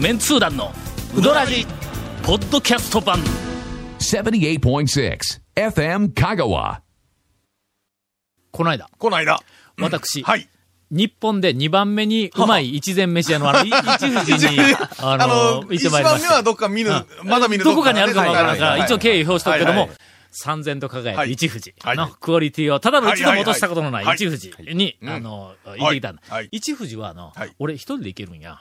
メンツー団のウドラジポッドキャスト版78.6 FM Kagawa. この間、この間。私、はい。、日本で2番目にうまい一膳飯屋の、あの、い一富士に あの、行ってまいりま一番目しはどっか見ぬ、まだ見た。ぬどこかにあるかもわからんから、はい一応敬意表しとくけどはいもはい、 3000と輝はいくい一富士はいのクオリティを、ただの一度も落としたことのなはいい一富士に、あの、行ってきたんだはいはい。一富士は、あのはい、俺一人で行けるんや。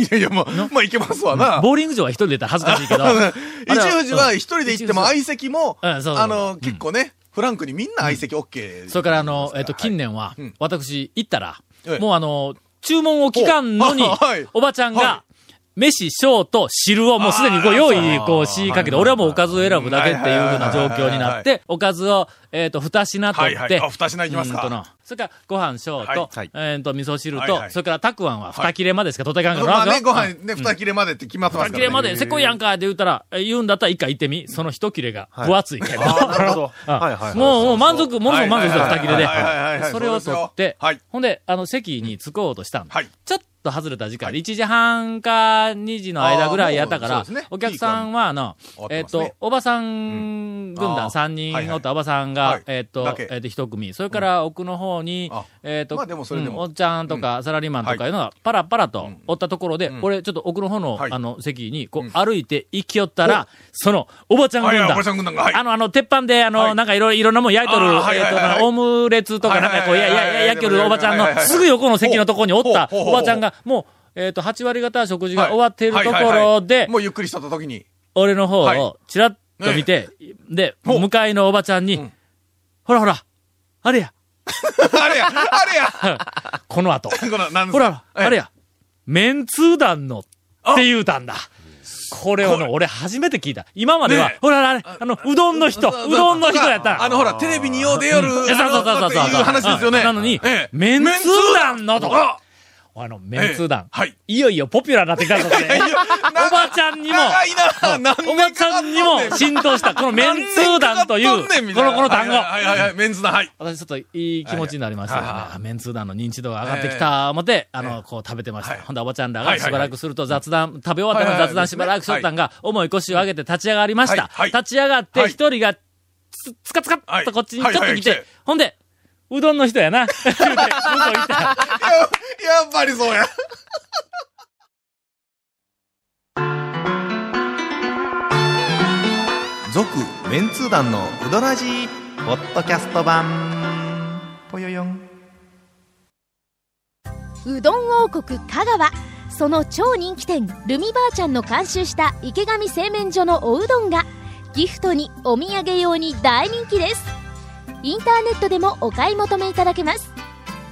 いやいや、まあ、まあ、いけますわな。。ボーリング場は一人で行ったら恥ずかしいけど 一富士は一人で行っても愛相席も、うんそうそうあの、結構ね、フランクにみんな相席 OK。それから、あの、えっと、近年はん、私、行ったらええ、もうあの、注文を聞かんのにおはい、おばちゃんはが、飯、小と汁をもうすでにこう用意、こうしかけて、俺はもうおかずを選ぶだけっていうような状況になって、おかずを、えっと、二品取はっいはいてあ、二品いきますかうんとなそれから、ご飯小はいとはい、えっと、味噌汁はいとは、いそれから、たくあんは二切れまでしか取っていかんからまあなね、ご飯ね、二切れまでって決まってます二切からね。れまで、せっこいやんかって言うたら、え言うんだったら一回行ってみ。その一切れがはい分厚いけど。なるほど。あはいはいはい。もう、もう満足、ものすごく満足したはい二切れではいはいはいは。いそれを取ってそうですよはい、ほんで、あの、席に着こうとしたんだはいちょっと外れた時間で、1時半か2時の間ぐらいやったかあーもらうそうですね、お客さんは、あの終わ、っえてっますねと、おばさん軍あ団ー3人おはっいたおばさんはがい、えっとだけ、えっと、1組。それから奥の方にあ、えっと、まあでもそれでうもんおっちゃんとかサラリーマンとかいうのが、パラパラとおったところで、俺、ちょっと奥の方の、はいあの、席に、こう、うん歩いて行きよったら、その、おばちゃんは軍いはい、お団ばちゃ。ん軍団が、はい。あの、あの、鉄板で、あの、はいなんかいろいろなもん焼いとる、あーはいえっと、はいはいなんかオムレツとかなんかこう、はいいはやいいはいはいや、焼けるおばちゃんはいはいのはいすぐ横の席のところにおったほうほうほおうばちゃんが、もう、えっと、8割方食事が終わっているとはころはいはいではい、もうゆっくりしたときに。俺の方はいをちらっと見て、で、ほう向かいのおばちゃんうにん、ほらほら、あれや、あれや、 あれや、この後。この、なんほら、ええあれや、メンツー団のって言うたんだ。これをの、俺初めて聞いた。今まではねえ、ほら、あれ、あの、うどんの人、うどんの人やったん。あの、ほら、テレビによう出よる、うんえそうそうそうそうそうあのっていう話ですよね。なのにええメンツー団のとああの、メンツー団。はい。いよいよポピュラーになってきたぞ、ね。おばちゃんにも、長いな、何おばちゃんにも浸透した、このメンツー団という、この、この単語。はいはいはい、メンツ団、はい。私ちょっといい気持ちになりましたね。はいはいあメンツー団の認知度が上がってきた思って、あの、こう食べてました。はいほんで、おばちゃんらはがいしはいばはいらくすると雑談、食べ終わったはのいはいはい雑談しばらくしとったんが、重い腰を上げて立ち上がりました。はいはい立ち上がってはい一人が、つ、つかつかっとこっちにちょっとはいはいは来いて、来てほんで、うどんの人 やな。 言うてうどん行ったやっぱりそうや。続、メンツー団のうどらじポッドキャスト版。ぽよよん。うどん王国香川その超人気店ルミばあちゃんの監修した池上製麺所のおうどんがギフトにお土産用に大人気ですインターネットでもお買い求めいただけます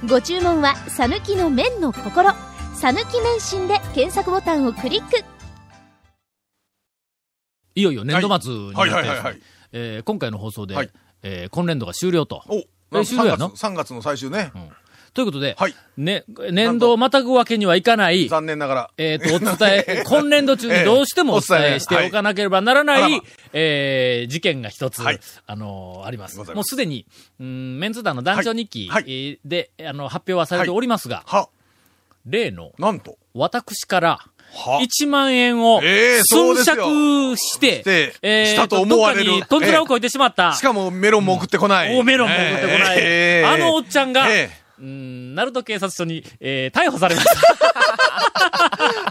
ご注文は「さぬきの麺の心」「さぬき麺心」で検索ボタンをクリックいよいよ年度末になっはいてはでいはいすはねい、。えー今回の放送で、はいえー今年度が終了と。お、え終了やの 3, 月3月の最終ね。ということで、はいね、年度をまたぐわけにはいかない、残念ながら。えっ、と、お 伝え、今年度中にどうしてもお伝えしておかなければならない、はいあらまえー事件が一つ、はいあのーあります。ございますもうすでに、うん、メンツ団の団長日記はいはで、あの、発表はされておりますが、は、例の、なんと。私から、は1万円を、ええそう寸ですよ借して、してーしたと思われるどっかにトンズラを越えてしまった、しかもメロンも送ってこない。大メロンも送ってこない、ええあのおっちゃんが、ええうん、鳴門警察署に、えー逮捕されました。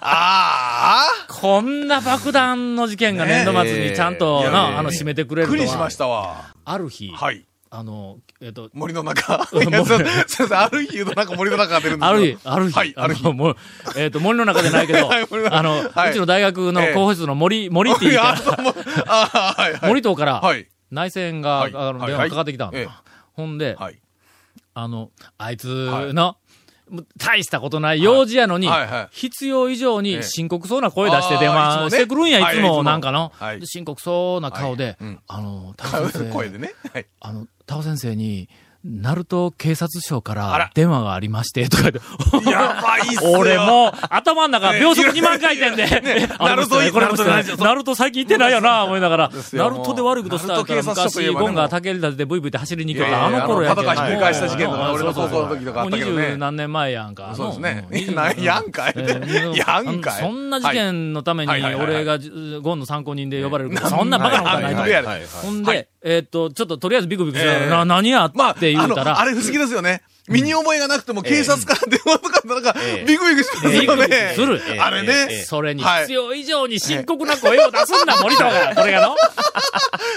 ああこんな爆弾の事件が年度末にちゃんと、ねえいな、やあの、締めてくびれっるくとりしまはし、たわ。ある日、はい。あの、えっと、森 の中。うんいや、森そのう、そう、ある日言うとなんか森の中当てるんですあよる日、ある日、はい、ある日。のもう、えっと、森の中じゃないけど、 はい森の中あの、はいうちの大学のええ候補室の森、森 っていうかあ、そうもうあーはいはい。森党からはい。内戦が、はいあの、はい電話かかってきたんだええほんで、はい。あの、あいつはいの、もう大したことない用事やのに、はいはい必要以上えにえ深刻そうな声出して電あーいつも話ねしてくるんや、はいいついつも、もなんかの。はいで深刻そうな顔で、はいうんあの、田買尾う先生 声でね。はい。あの、田尾先生に、ナルト警察署かあらら電話がありまして、とか 言って。やばいっすよ。 俺もう、頭の中、秒速2万回転で。 あれもしてないこれもしてなナルトいいいナルトナルトナルト最近行ってないよな、思いながら。すよナもうルトで悪いことしたナら、ルト警察署とい昔、えばねゴンが竹立てでブイブイって走りに行けた、あいやいやの頃やけパトカーひっくり返した事件とかうん俺の高校の時とかあったけどねもう二十何年前やんか。そうですねうんなやん かいえ ーやんかいそんな事件のために、はいはいはいはい俺がじゴンの参考人で呼ばれることそんなバカなことはないとは思いうはいはいはいほんで、えーっと、ちょっととりあえずビクビクしながえらえな何やまあ、って言うたあのら、あれ不思議ですよね。身に覚えがなくても警察から電話とかなんかビクビクしますよビクビクね。するええあれね。それにはい必要以上に深刻な声を出すんだ、森戸が。これがの。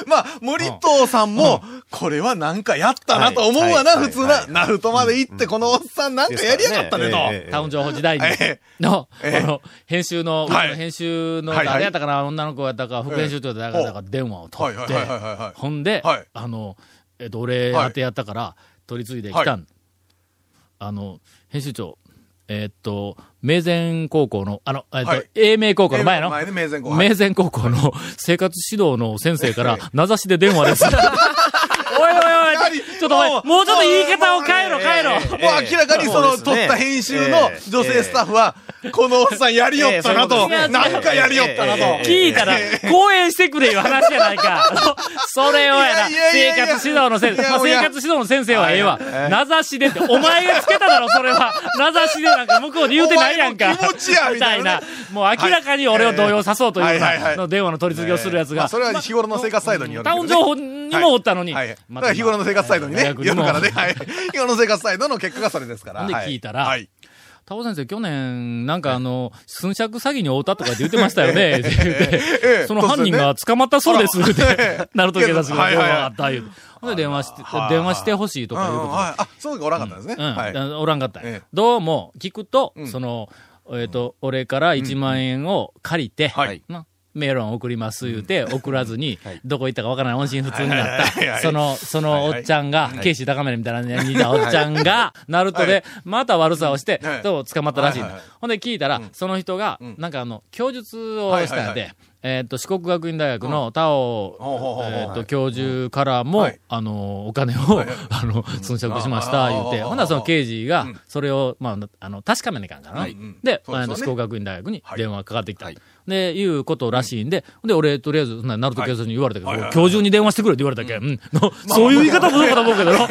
まあ、森藤さんも、これはなんかやったなと思うわな、はい普通はいはな。ナルトまで行って、このおっさんなんかやりやがったねと。ええタウン情報時代にえの、ええあの、編集の、はいうちの編集の、はいはい誰やったかな、女の子やったか、副編集長やったかええだから電話をは取いはっいてはい、はいはい。ほんではい、あの、えっと、俺宛てやったから、取り継いできたん。あの、編集長、えっと、明前高校の、あの、えっとはい、英明高校の前の、前ね、名前後輩。明前高校 の生活指導の先生から、名指しで電話です。おいおいおい、ちょっとお前、もうちょっと言い方を変えろ変えろ。もう明らかにそその、うです撮ねった編集の女性スタッフは、このおっさんやりよったなと。ええええなんかやりよったなと。ええええええ聞いたら、講演してくれいう話やないか。 それをやな、いやいやいやい生活指や導の先生、いやまあい生や活指導の先生はええわ。名指しでって、お前がつけただろ、それは。名指しでなんか向こうで言うてないやんか。お前の気持ちやみたいなねもう明らかに俺を動揺さそうというようはいはいはな、いの電話の取り次ぎをするやつまあが。それは日頃の生活サイドによるけタどウね。ン情報にもおったのに。はい。だまかたら日頃の生活サイドにね、大学によるもからね、はい。日頃の生活サイドの結果がそれですから。ほんではい聞いたらはい。タオ先生、去年、なんかあの、寸借詐欺に遭うたとかって言ってましたよね、 って言ってええその犯人が捕まったそうです、って ええ、ナルト警察がはい電はいは話いあった、言うて。ほんで電話して、電話してほしいとうんかいうことではい。あ、そういうのがおらんかったんですね。うん、はい。おらんかったんや、ええどうも聞くと、うんその、えっ、と、俺から1万円を借りて、はいなメロン送ります言うて、送らずに、 どこ行ったかわからない音信不通になっはいはいはいはた。いその、そのおっちゃんが、ケイシー高めるみたいな似たおっちゃんが、ナルトはで、また悪さをしては、いどう捕まったらしいんはいだはいは。ほんで聞いたら、その人が、なんかあの、供述をしたんやはいはいはで、えっと、四国学院大学の田尾ほうほうほうほうえっと、教授からも、はいあの、お金を、 あの、寸借しました、あー言うて、あーほんならその刑事がん、それを、まあ、あの、確かめなきゃいかんからなはいうん。で、そうですよねあの、四国学院大学にはい電話かかってきたはい。で、いうことらしいんで、で、俺、とりあえず、ほんならナルト警察に言われたけど、はいはいはい今日中に電話してくれって言われたけん、うんのそういう言い方もどうかと思うけどな、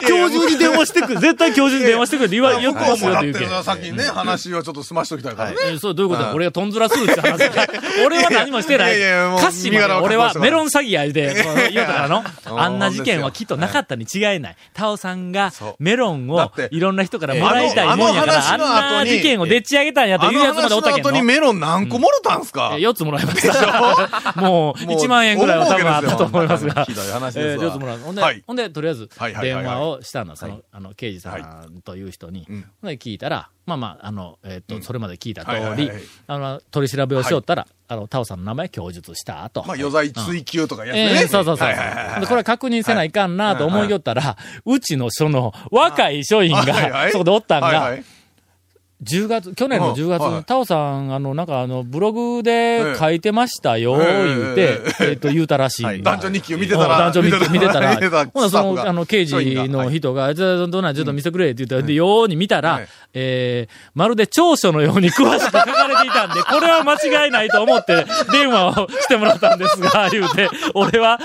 今日中に電話してくれ、絶対今日中に電話してくれって言わ、よ向くこまうすもよなっっ言ててうけるんのは先にね、話をちょっと済ましときたいからね。えーそう、どういうことだうん俺がトンズラするって話や俺は何もしてない。いやいやもう歌詞もね身柄を俺確保はしてメロン詐欺やで、こう言うたからの。あんな事件はほんですきっとよなかったに違いない。タオさんがそうメロンだをっていろんな人からもらいたいもんやから、ああんのあの話の後にな事件をでっち上げたんやとあいうのやつまでおった話けの後んにの。メロン何個もろたんすか4つもらいました。もうもう1万円ぐらいは多分あったと思いますがひ。どい話えでー、す上わ手もらう。ほんで、はいほんで、とりあえずはい、はい電はいはい話をしたの、その、あの、刑事さんという人に。うんほんで、聞いたら、まあまあ、あの、えっと、それまで聞いた通はいはいはりいはい、あの、取り調べをしよったら、あの、タオさんの名前供述した後。まあ、余罪追及とかやつえね。えそうそうそう。はいはいはいはいでこれは確認せないかんなと思いよったら、うちの署の若い署員はいはが、いそこでおったんはいはがい、 10月、去年の10月うんはに、いタオさん、あの、なんかあの、ブログで書いてましたよ、ええ言うて、えっと、言うたらしいんだ。男女日記を見てたら、うん男女見てたら見てた、ほな、スタそッフの、があの、刑事署員がのはい人が、じゃあ、どうなん、ちょっと見せてくれって言ったで、ように見たらはい、えー、まるで長所のように詳しく書かれていたんで、こ れは間違いないと思って、電話をしてもらったんです が、言うて、俺は、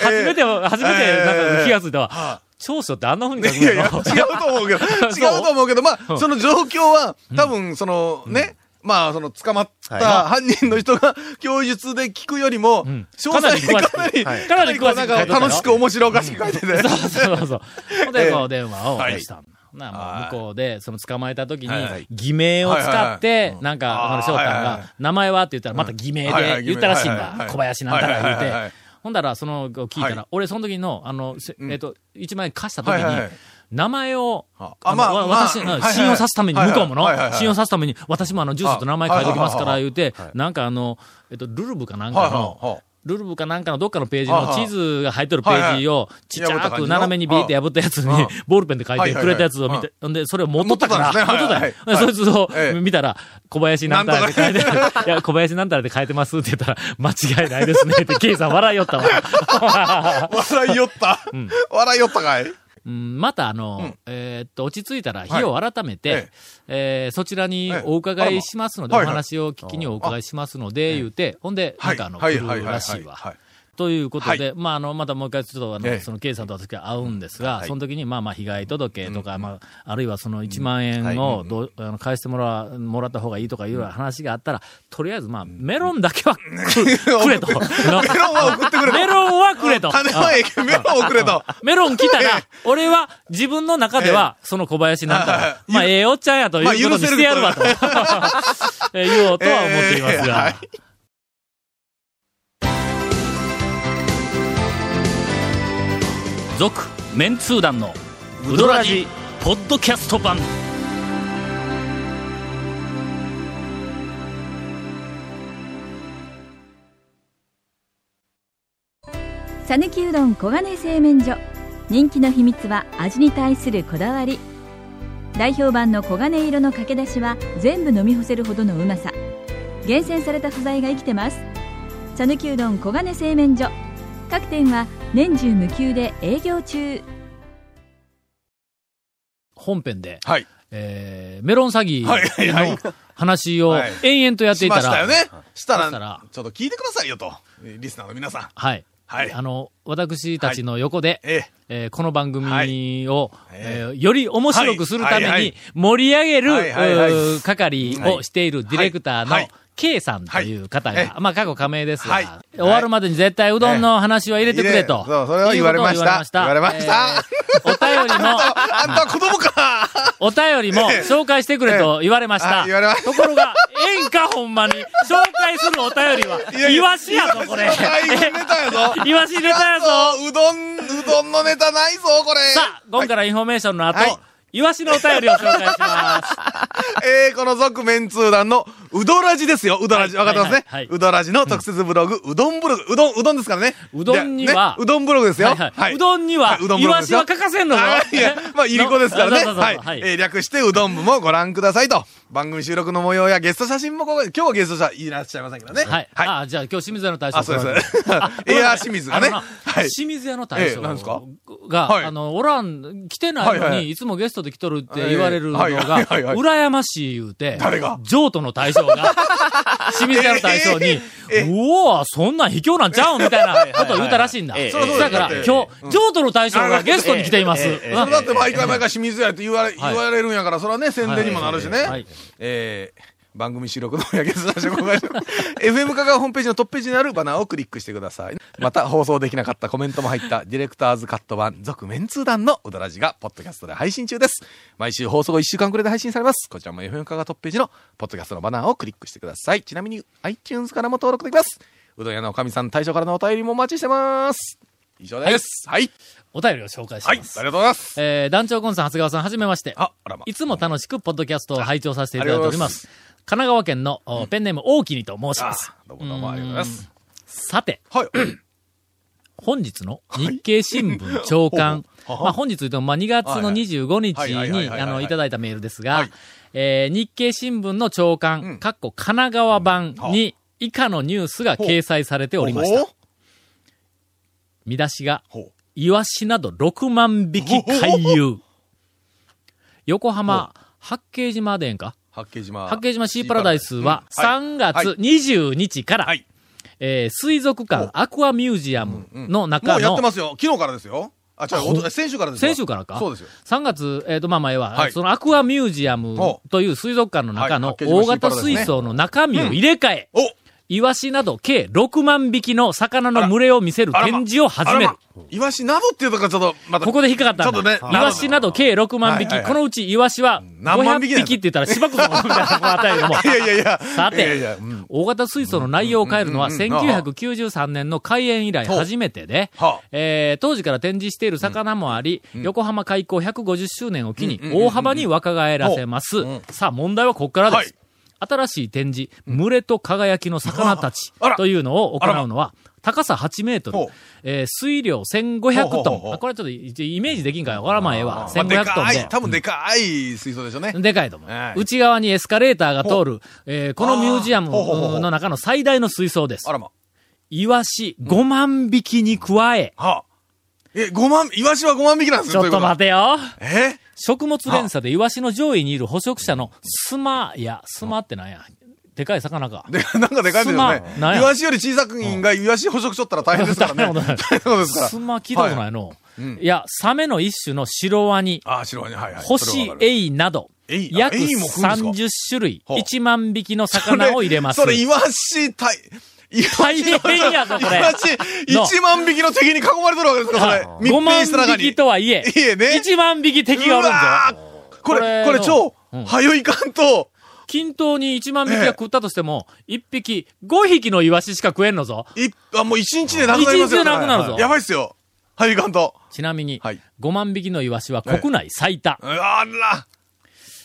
初めて、初めて、なんか気がついたわ。長所ってあんな風に書くいやいや、違のうと思う けど、違うと思うけど、まあ、その状況は、多分、その、ね、まあ、その、捕まった犯人の人が、 供述で聞くよりも、ん詳細にかなり、かなり詳しく書いてたよなんか楽しく面白おかしく書いてて。 そうそうそう。ほんで、ええこう電話をしたんだ。なもう向こうで、その捕まえた時に、偽名を使って、なんか、あの、翔太はいはいはが、名前はって言ったら、また偽名はいはでい言ったらしいんはいはいはだい。小林なんたら言うはいはいはいはてい。ほんだら、その、聞いたはら、俺その時の、あの、せえっと、一万円貸した時はいはいはにい、名前を、ああまあのわまあ私、うはんいはい信用さすために、はい向はいこうものはいはいは、い信用さすために、私もあの、住所と名前書いておきますからあ言うて、なんかあの、えっと、ルルブかなんはかいの、はいはい。ルルブかなんかのどっかのページはいのはい地図が入っとるページをちっち破ゃった感くじの斜めにビーって破ったやつあにあ ボールペンで書いはていはいくれたやつを見はて、ほんで、それを持っとったから、持っとったんですねはいはい持っとったんやほんはいでそいつをええ見たら、小林なんたらって書いてなん ある、いや、小林なんたらって書いてますって言ったら、間違いない ですねって、ケイさん笑いよったわ。笑いよった。笑いよったかいうんまたあの、うんえーっと、落ち着いたら日を改めて、はいえええーそちらにええお伺いしますので、あらおまはいはい話を聞きにお伺いしますので、言うて、ほんで、またあの、来るらしいわ。はいということで、まあ、あの、またもう一回ちょっと、あの、ええその、ケイさんと私が会うんですが、いその時に、まあまあ、被害届とか、まあ、あるいはその1万円をどう、あの返してもら、もらった方がいいとかいうような話があったら、とりあえず、まあ、メロンだけは くくれと。メロンは送ってくれとメロンはくれと。金はええけどメロンをくれと。メロン来たら、俺は自分の中では、その小林なんはいはか、まあ、ええおっちゃんやというまこあとにしてやるわと、 えー言おうとは思っていますえーはがい。続メンツー団のウドラジポッドキャスト版さぬきうどん黄金製麺所人気の秘密は味に対するこだわり代表版の黄金色のかけだしは全部飲み干せるほどのうまさ厳選された素材が生きてますさぬきうどん黄金製麺所各店は年中無休で営業中本編で、はい。えーメロン詐欺の話をはい延々とやってしいたましたら、よね。したしたらら、ちょっと聞いてくださいよと。リスナーの皆さん。はい。はいあの、私たちの横で、ええ。えーこの番組を、はいえーより面白くするためはいはいはにい盛り上げる、はいはいはいうー係をしているディレクターの、はい K さんという方が、はいえまあ過去仮名ですが、はい終わるまでに絶対うどんの話は入れてくれと。ええそうそれは言われましたいうことを言われました。 あんたは子供かえーお便りの、お便りも紹介してくれと言われました。はい言われましたところが、ええんかほんまに、紹介するお便りは、いやいやイワシやぞこれ。大変ネタやぞ。 イワシ入れた やぞうどん、うどんのネタないぞ、これ。さあ、今からインフォメーションの後、はいイワシのお便りを紹介します。 えー、この続面通談のうどらじですよ。うどらじ。はわいかってますね。はいはいはいうどらじの特設ブログ、うどんブログ。うどん、うどんですからね。うどんにはでねうどんブログですよ。はいはいうどんにはうどんブログですよイワシは欠かせんのよはいいや、まあ、いりこですからのね。そうそうそうはそうい。はいえー略してうどん部もご覧くださいと。番組収録の模様やゲスト写真もここで、今日はゲスト者いらっしゃいませんけどね。はい。あ、じゃあ今日清水屋の大将あ、そうです。ごめん エなアさいー清水がね。あのなはい。清水屋の大え将えなんですかが、はいあの、おらん、来てないのに、はいいはいつもゲストで来とるって言われるのが、ええはいはいはい羨ましい言うて、誰が譲渡の大将 が、清水屋の大将に、うおーそんなん卑怯なんちゃうんみたいなことを言うたらしいんだ。はいはいはいええだから、ええ今日、譲渡の大将がゲストに来ています。ええええうんだって毎回毎回清水屋って言われ、はい言われるんやから、それはね、宣伝にもなるしね。はいえー番組収録のやけずなし公開 FM カガホームページのトップページにあるバナーをクリックしてください。また、放送できなかったコメントも入った、ディレクターズカット版、続メンツー団のうどらじが、ポッドキャストで配信中です。毎週放送後1週間くらいで配信されます。こちらも FM カガトップページの、ポッドキャストのバナーをクリックしてください。ちなみに、iTunes からも登録できます。うどん屋のおかみさん、大将からのお便りもお待ちしてます。以上です。はい。お便りを紹介しはい。まありがす。とうございます。えー団長コンさん、長谷川さん、はじめまして。あ、あらま。いつも楽しくポッドキャストを拝聴させていただいております。あ神奈川県の、おペンネーム大きにと申しあます。どうもどうもありがとうございます。さて、はい。本日の日経新聞長官。 ほうほうまあ本日というと、まあ2月の25日はいはいはいはいに、はいあの、いただいたメールですはがい、えー日経新聞の長官、んかっこ神奈川版に以下のニュースが掲載されておりました。見出しが、ほう。イワシなど6万匹回遊。横浜、八景島でええんか八景島。八景島シーパラダイスはうんはい3月22日から、はいえー水族館アクアミュージアムのも中うやっての、ますよ。昨日からですよ。あ、違うおと、先週からですよ先週からかそうですよ。 3月、えっ、と、まあ前は、はいそのアクアミュージアムほという水族館の中はのい八景島大シー型パラダイスね水槽の中身を入れ替え、おイワシなど計6万匹の魚の群れを見せるあらま展示を始めるあら。まイワシなどっていうとこちょっと、また。ここで引っかかったんだ。ちょっとねイワシなど計6万匹、はいはいはいこのうちイワシは何500万匹だよ匹って言ったら芝生さんみたいなのもあったけども。いやいやいや。さていやいや、うん。大型水槽の内容を変えるのはうんうんうんうん1993年の開園以来初めてでほうはあ、えー当時から展示している魚もあり、横浜開港150周年を機にうんうんうんうん大幅に若返らせますほううん。さあ問題はここからではいす。新しい展示、群れと輝きの魚たちあらというのを行うのは、高さ8メートルほう、えー水量1500ほうほトうほうほン。うあこれちょっとイメージできんからわからまええわ。まあで1500トかンい、で。多分でかい水槽でしょうね。 でかいと思うは。い内側にエスカレーターが通る、えーこのミュージアムあーほうほうほうほうの中の最大の水槽ですあ。らま。イワシ5万匹に加え、はえ、5万、イワシは5万匹なんですちよ。ょっと待て。てよ。え食物連鎖でイワシの上位にいる捕食者のスマ、いや、スマってなんや。でかい魚か。で、なんかでかいですよねすまんなん。やイワシより小さくんがイワシ捕食しとったら大変ですからね。大変なことない大変なことですから。スマ聞いたことは。ないいの。いうんや、サメの一種のシロワニ、あ、白ワニ、はいはい。ホそれシはわかるエイなど、エイあ約エイも食うんで30種類、ほう1万匹の魚を入れますそ。れ、それイワシ対、イワシの大変やぞこれイワシ、の1万匹の敵に囲まれてるわけですから、それ。密5閉万した中に。匹とはいえ、いえね1万匹敵がおるんうだわよ。ーこれ、これこれの超うん、早いかんと、均等に1万匹が食ったとしても、1匹、5匹のイワシしか食えんのぞ。いあ、もう一日でなくなりますよ。一日でなくなるぞやばいっすよ。早いかんと。ちなみに、はい5万匹のイワシは国内最多。うわあら。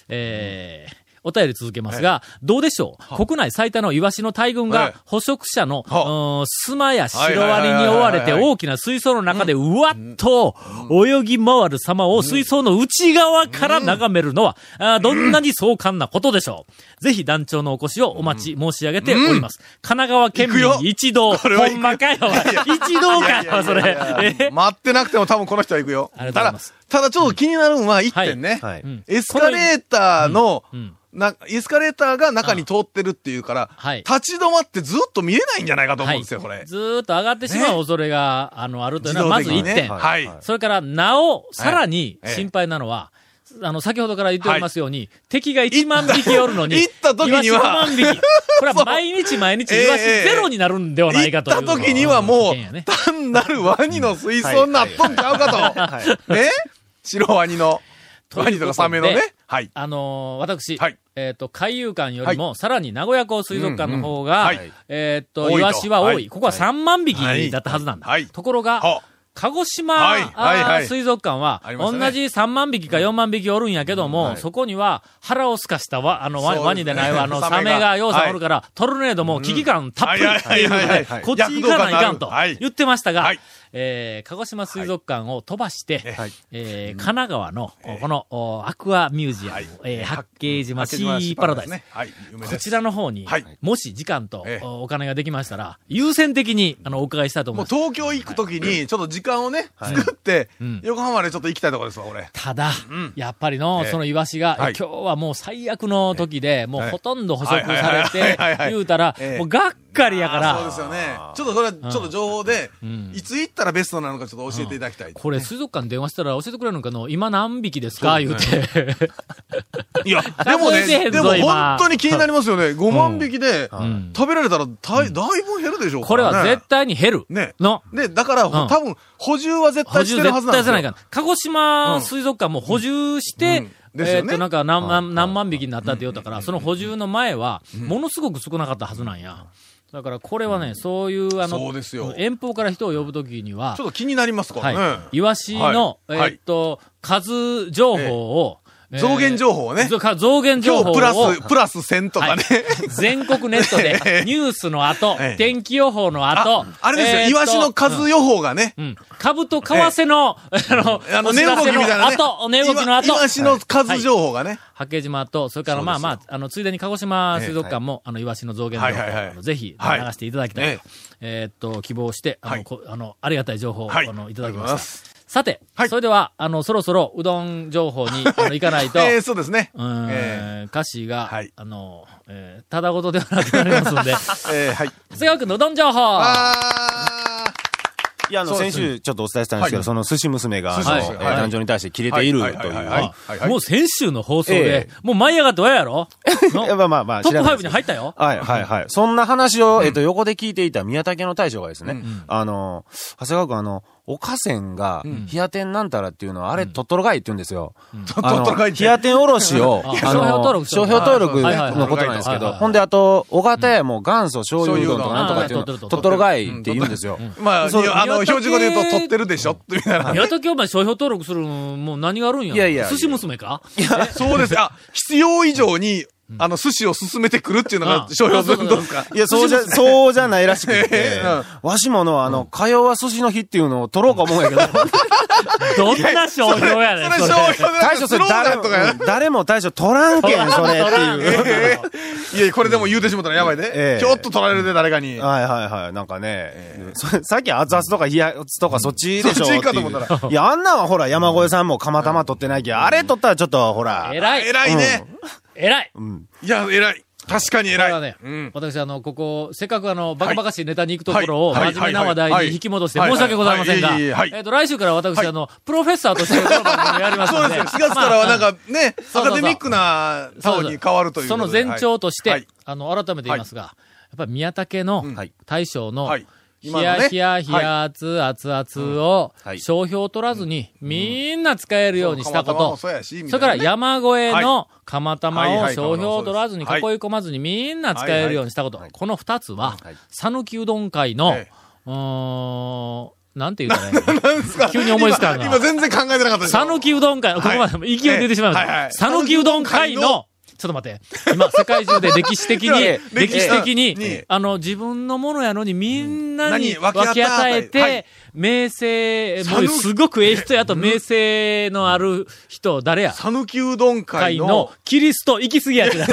えーお便り続けますが、どうでしょう国内最多のイワシの大群はいが捕食者の、うはーんスマやシロワニに追われはいはいはいてはい大きな水槽の中でうわっと泳ぎ回る様を水槽の内側から眺めるのは、あーどんなに壮観なことでしょう。ぜひ団長のお越しをお待ち申し上げております。神奈川県行く民よ一同。これは行ほくんまかよ。一同かよ、それ。え待ってなくても多分この人は行くよ。ありがとうたございだます、ただちょっと気になるのは一点ね。はいうんエスカレーターのうんうん、なエスカレーターが中に通ってるっていうから、はい立ち止まってずっと見れないんじゃないかと思うんですよ、こはれい、。ずーっと上がってしまう恐れが、あの、あるというのは、まず1自動的にね点。はい。それから、なお、さらにええ心配なのは、あの、先ほどから言っておりますように、敵が1万匹おるのに、行った時にはイワシ5万匹。これは毎日毎日、 ええイワシゼロになるんではない行かっという。た時にはも意見やうね、単なるワニの水槽になっとんちゃうかはい。と。 ね白ワニの。ワニとかサメのということねで。はい。あのー私、はいえっ、と、海遊館よりも、さらに名古屋港水族館の方うんうんが、はいえっ、多いと、とイワシは多い。はいここは3万匹だったはずなんだ。はいはいところが、は鹿児島、はいはいあーはい水族館は、ありま同したねじ3万匹か4万匹おるんやけども、そこには腹をすかしたわ、あの、ワそうですねワニでないわ、あの、ササメメががようさんおるから、トルネードも危機感たっぷりっていうはいはいはいのはい で、こっち行かないかんとはい言ってましたが、はいえー鹿児島水族館を飛ばして、はいえー神奈川の、この、おアクアミュージアム、えー八景島シーパラダイス。ね。はい。有名こでちすらの方に、はいもし時間と、ええおお金ができましたら、優先的にあのお伺いしたいと思いもうます。東京行くときに、ちょっと時間をね、作って、横浜までちょっと行きたいところですわ、俺。ただ、やっぱりの、ええそのイワシが、はい今日はもう最悪の時で、もうはいほとんど捕食さはいはれいはいはいて、言うたらえ、えもうがっかりやかあーそら、うですよね。ちょっとこれは、ちょっと情報で、いつ行ったらベストなのかちょっと教えていただきたい。これ水族館に電話したら教えてくれるのかの、今何匹ですか言うて。いや、でも数えてへね、んぞでも今本当に気になりますよね。5万匹でん、食べられたらだいだいぶ減るでしょうこれからはね絶対に減る。ねの。で、だから、ん多分、補充は絶補対し充てるはず絶な対んですせよ。ないから。鹿児島水族館も補充して、うんですよねえーっと、なんか何万、何万匹になったって言うたから、その補充の前は、ものすごく少なかったはずなんや。だからこれはね、そういう、あそのうですよ、遠方から人を呼ぶときにはちょ、っと気になりますからね。はい。イワシの、はえいはいーっと、数情報を、えー増減情報をね。そうか増減情報今日をプラス、プラス1000とかね。はい 全国ネット で、ニュースの後ええ、天気予報の後あ、あれですよ、えーっとイワシの数予報がね。うん。株と為替の、あの、あの、お知値ら動きせみのたいなね。後、値動きの後イ、ワイワシの数情報がね。八景島と、それからまあまあ、あの、ついでに鹿児島水族館も、あの、イワシの増減情報、はいはいはいあのぜひ流はいしていただきたい。ええーっと、希望して、あの、はいこあのありがたい情報を、はいあのいただきありがとうございまましすた。さて、はいそれでは、あの、そろそろうどん情報に、あの、行かないと、えー、そうですね。うーん、え歌詞が、はいあの、えーただごとではなくなりますんで、ーえー、はい。長谷川君のうどん情報あいや、あの、そうで先す週ちょっとお伝えしたんですけはど、いその寿司娘が、あの寿え司ー娘はい男女に対してキレていると。はいいはいうはいはいやあもう先週の放送で、もう舞い上がってわやろのっぱまあまあ、ト知ッらプ5ないですに入ったよ。はい、はい、はい。そんな話を、えっと、横で聞いていた宮武の大将がですね、あの、長谷川君、あの、おかせんが、冷や天なんたらっていうのは、あれ、鳥取貝って言うんですよ。ーあトのットロ貝って冷や天おろしを、ああ商標登の録してる商標登録あはいはいはいのことなんですけはいはいど、はいほんで、あと、小形屋も元祖醤油うどんとかなんとかっていう醤油うどんの、鳥取貝って言うんですよ。ーまあ、そうあの、宮崎標準語で言うと、取ってるでしょってみたいな。宮崎お前商標登録するのもう何があるんや。いやいや寿司娘かそうです。あ、必要以上にあの、寿司を進めてくるっていうのがう、ん商標分どうですか。いや、そうじゃ、そうじゃないらしくてうんわしもの、あの、かよわ寿司の日っていうのを取ろうか思うんやけど。どんな商標やねそれん、そ商れ。標だ大将それスローガ誰ンもとかや、うん誰も大将取らんけん、それっていう。いやいや、これでも言うてしもたらやばいで、ええちょっと取られるで、誰かに。はいはいはい。なんかね、そさっき熱々とか冷やつとかそっちでしょそっちかていとう思ったいや、あんなんはほら、山越えさんも釜玉取ってないけど、あれ取ったらちょっとほら、偉い。偉いね。偉い。いや、偉い。確かにこれ偉。はいね、うん。私、あの、ここ、せっかくあの、バカバカしいネタに行くところを、はいはい真面目な話題に引き戻して、申し訳ございませんが、はいはいはいはいはいいえいえはえいっと、来週から私、あの、プロフェッサーとして、この番組をやりますそのうで、ですよ。4月からはなんかね、そうそうそうアカデミックなタオに変わるというそことので前兆として、はいあの、改めて言いますが、やっぱり宮武のんはい大将の、はいひ今のねやひやひや熱熱熱をうんはい商標を取らずにみんな使えるようにしたこそう釜玉と。もそうやしみたいなねそれから山越えの釜はい玉をはい商標を取らずに囲いはい込まずにみんな使えるようにしたこと。この二つは、讃岐うどん会のええ、うーん、なんて言うかね。急に思いつかん今な今全然考えてなかったです讃岐うどん会、ここまで勢い出てしまいましはいた。はい讃岐うどん会の、ちょっと待って。今、世界中で歴史的 にいや、歴史的うんにに、あの、自分のものやのにみんなにうん何分け与え分け与えて、名声、もう讃岐すごくええ人やと名声のある人、誰や讃岐うどん会会のの、キリスト、行き過ぎやけ ど。え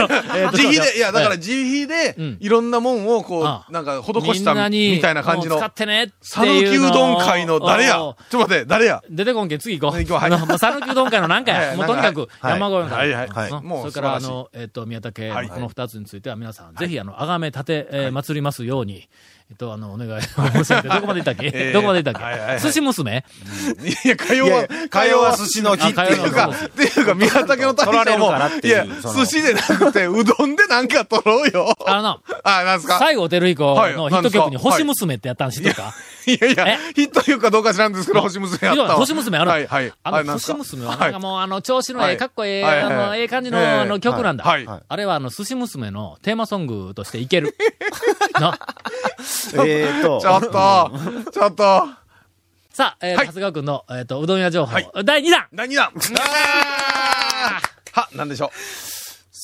ーと自費で、いや、だからえ自費でうん、いろんなもんをこあう、なんか、ー施したみたいな感じもうの使。ってねって讃い岐うのを。うどん会の誰やちょっと待って、誰や出てこんけん、次行こう。行こうは いあのもう讃岐うどん会のなんかはい や。はいもうとにかく、はい山越えのはいはいはいうんもうそれから、あ素晴らしいの、えっと、宮武はいのこの二つについては皆さん、ぜひ、あの、あがめ立て、えー祭りますように、えっと、あの、お願いを申し上げて、どこまで行ったっ えけーどこまで行ったはいはいはっけ寿い司娘いや、かいよやわいや、かよわ寿司の日ってっていいううか、、かっていうか、宮崎の大取られ将るもからっ、ていいうや、その寿司でなくて、うどんでなんか取ろうよ。あのな、あ、なんすか西郷照彦のヒット曲にはい何ですか星娘ってやったん知ってるかいやいやえ、ヒットいうかどうか知らんですけど、星娘やったわ。星娘あるはいはい。あれの、なんす星か娘は、なんかいもう、あの、調子のはええ、いかっこええ、はいあはいの、ええ感じええのあの曲なんだ。はいはいあれは、あの、寿司娘のテーマソングとしていける。 な えーとち、ょっと、ちょっと、さあ、えーは長い谷川君の、えっ、と、うどん屋情報、はい第2弾 何だあーは、なんでしょ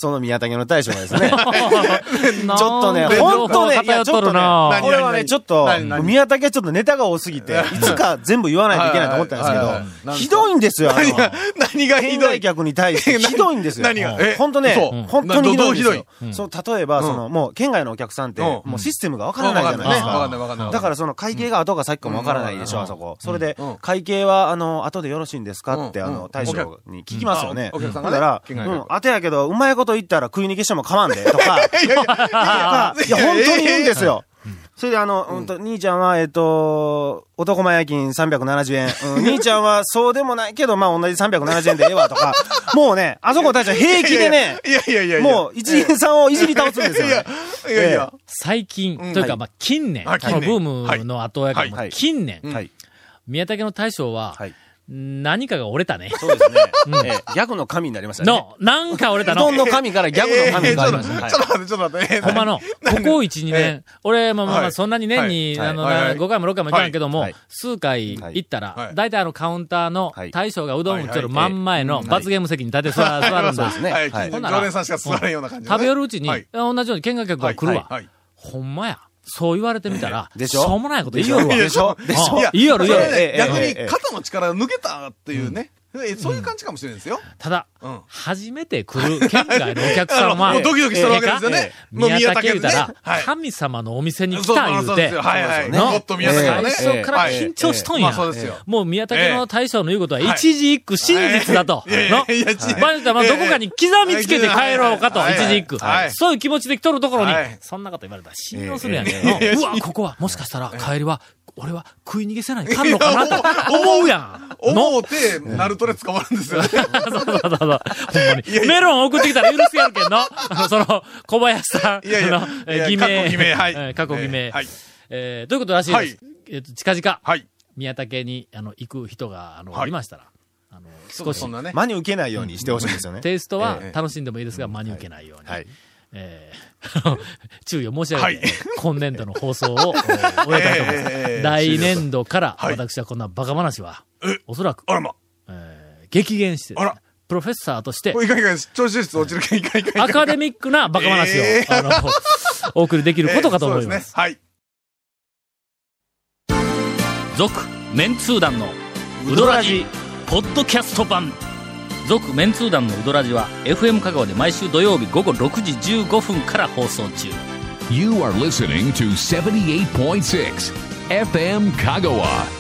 その宮武の大将がですね、ちょちょっとね、ほほんとんとね情報ね、、い偏や、っちょとっとるね、な何これはね、ちょっと何、何宮武ちょっとネタが多すぎて、いつか全部言わないといけないと思ったんですけはいはいはいど、ひどいんですよ、う。あ何がの。、 何がひ県ど外い。客に対してひどいんです よ。何がうんえ本当ね嘘、本当にひどいんですどよう。そう、例えば、その、もう、県外のお客さんって、うんもうシステムがわからないじゃないですか。わかんないわかんないわかんないだから、その、会計が後か先かもわからないでしうょ、んあそこ。それでうん、会計は、あの、後でよろしいんですかって、うんあうのん、大将に聞きますよね。うんあお客さんだがねから、う県外客ん、当てやけど、うまいこと言ったら食い逃げしても構わんで、とか。 いやいや、あいや、本当に言うんですよ。それであの、うんと、兄ちゃんは、えっと、男前夜勤370円。 うん、兄ちゃんは、そうでもないけど、まあ、同じ370円でええわ とか、もうね、あそこ大将平気でね、いやいやいやいや。もう、一元さんをいじり倒すんですよ、いやね。いやいや。最近、うんというか、はいまあ、近年、あこの近ブ年ームの後やから、はいはい近年、うんはい。宮武の大将は、はい何かが折れたね。そうですね。ええギャグの神になりましたね。の、なんか折れたうのどん。の神からギャグの神えにーちなょっりとましちたょっね。はと待っいて、ちょっと待って。 ほん まの、ここ1、2年、俺、まあまあまはあ、いそんなに年に、はいあの、はいはい5回も6回も行かんけども、はい数回行ったはいらは、い大体あの、カウンターのはい大将がうどんを売ってる真ん前のはいはい罰ゲーム席に立 て座座るんそだうで。すね。はい、は近いほん所なのら常連さんしか座れんような感じの食ね。べ寄るうちに、はい同じように見学客が来るわ。はいはいほんまや。そう言われてみたら、でしょうもないこと言いよるわ。でしょうんでしょいやいいよるいいそよれるはねえええええ逆えに肩の力抜けたっていうね。えそういう感じかもしれないですよ。ただ、うん初めて来る県外のお客さんは、 あのもうドキドキしてるわけですよねええええもう宮武宮言武うでたねら、はい神様のお店に来そうた言そううてですよ、はいはい。なもっと宮崎のね。最初からええ緊張しとんやまあ。そうですよ。もう宮武の大将の言うことはええ一字一句真実だと。いやいのやいやいや場合によってはまあええどこかに刻みつけて帰ろうかと、はい一字一句は。いそういう気持ちで来とるところにはい、そんなこと言われたら信用するやんけどええうわ、ここはもしかしたら帰りは、俺は食い逃げせないかんのかなと思うやん。の 思うて、ナルトで捕まるんです よね。そうそうそうそう。ほんまに。メロン送ってきたら許すやるけんの。あのその、小林さんいやいのや、えーい偽や名。え過去偽名はいー過去偽名。えーはいえーということらしいです。はいえっと、近々、はい。宮武に、あの、行く人が、あの、はいいましたら、あの、少しそん、なね。真に受けないようにしてほしいんですよね。テイストはええ楽しんでもいいですが、真に受けないように。はい。え ー注意を申し上げて、はい今年度の放 送を終えたいと思います。えー来年度から、はい私はこんなバカ話はえ、おそらく、あらま。えー激減してですね、あらプロフェッサーとしても、ういかんいかん、調子室落ちるけんいかんいかんいかアん。カデミックなバカ話を、えーあ の、お送りできることかと思いえーそうでますす。ね。はい。続、メンツー団の、ウドラジ、ポッドキャスト版。続、メンツー団のウドラジは、FM 香川で毎週土曜日午後6時15分から放送中。 You are listening to 78.6 FM Kagawa.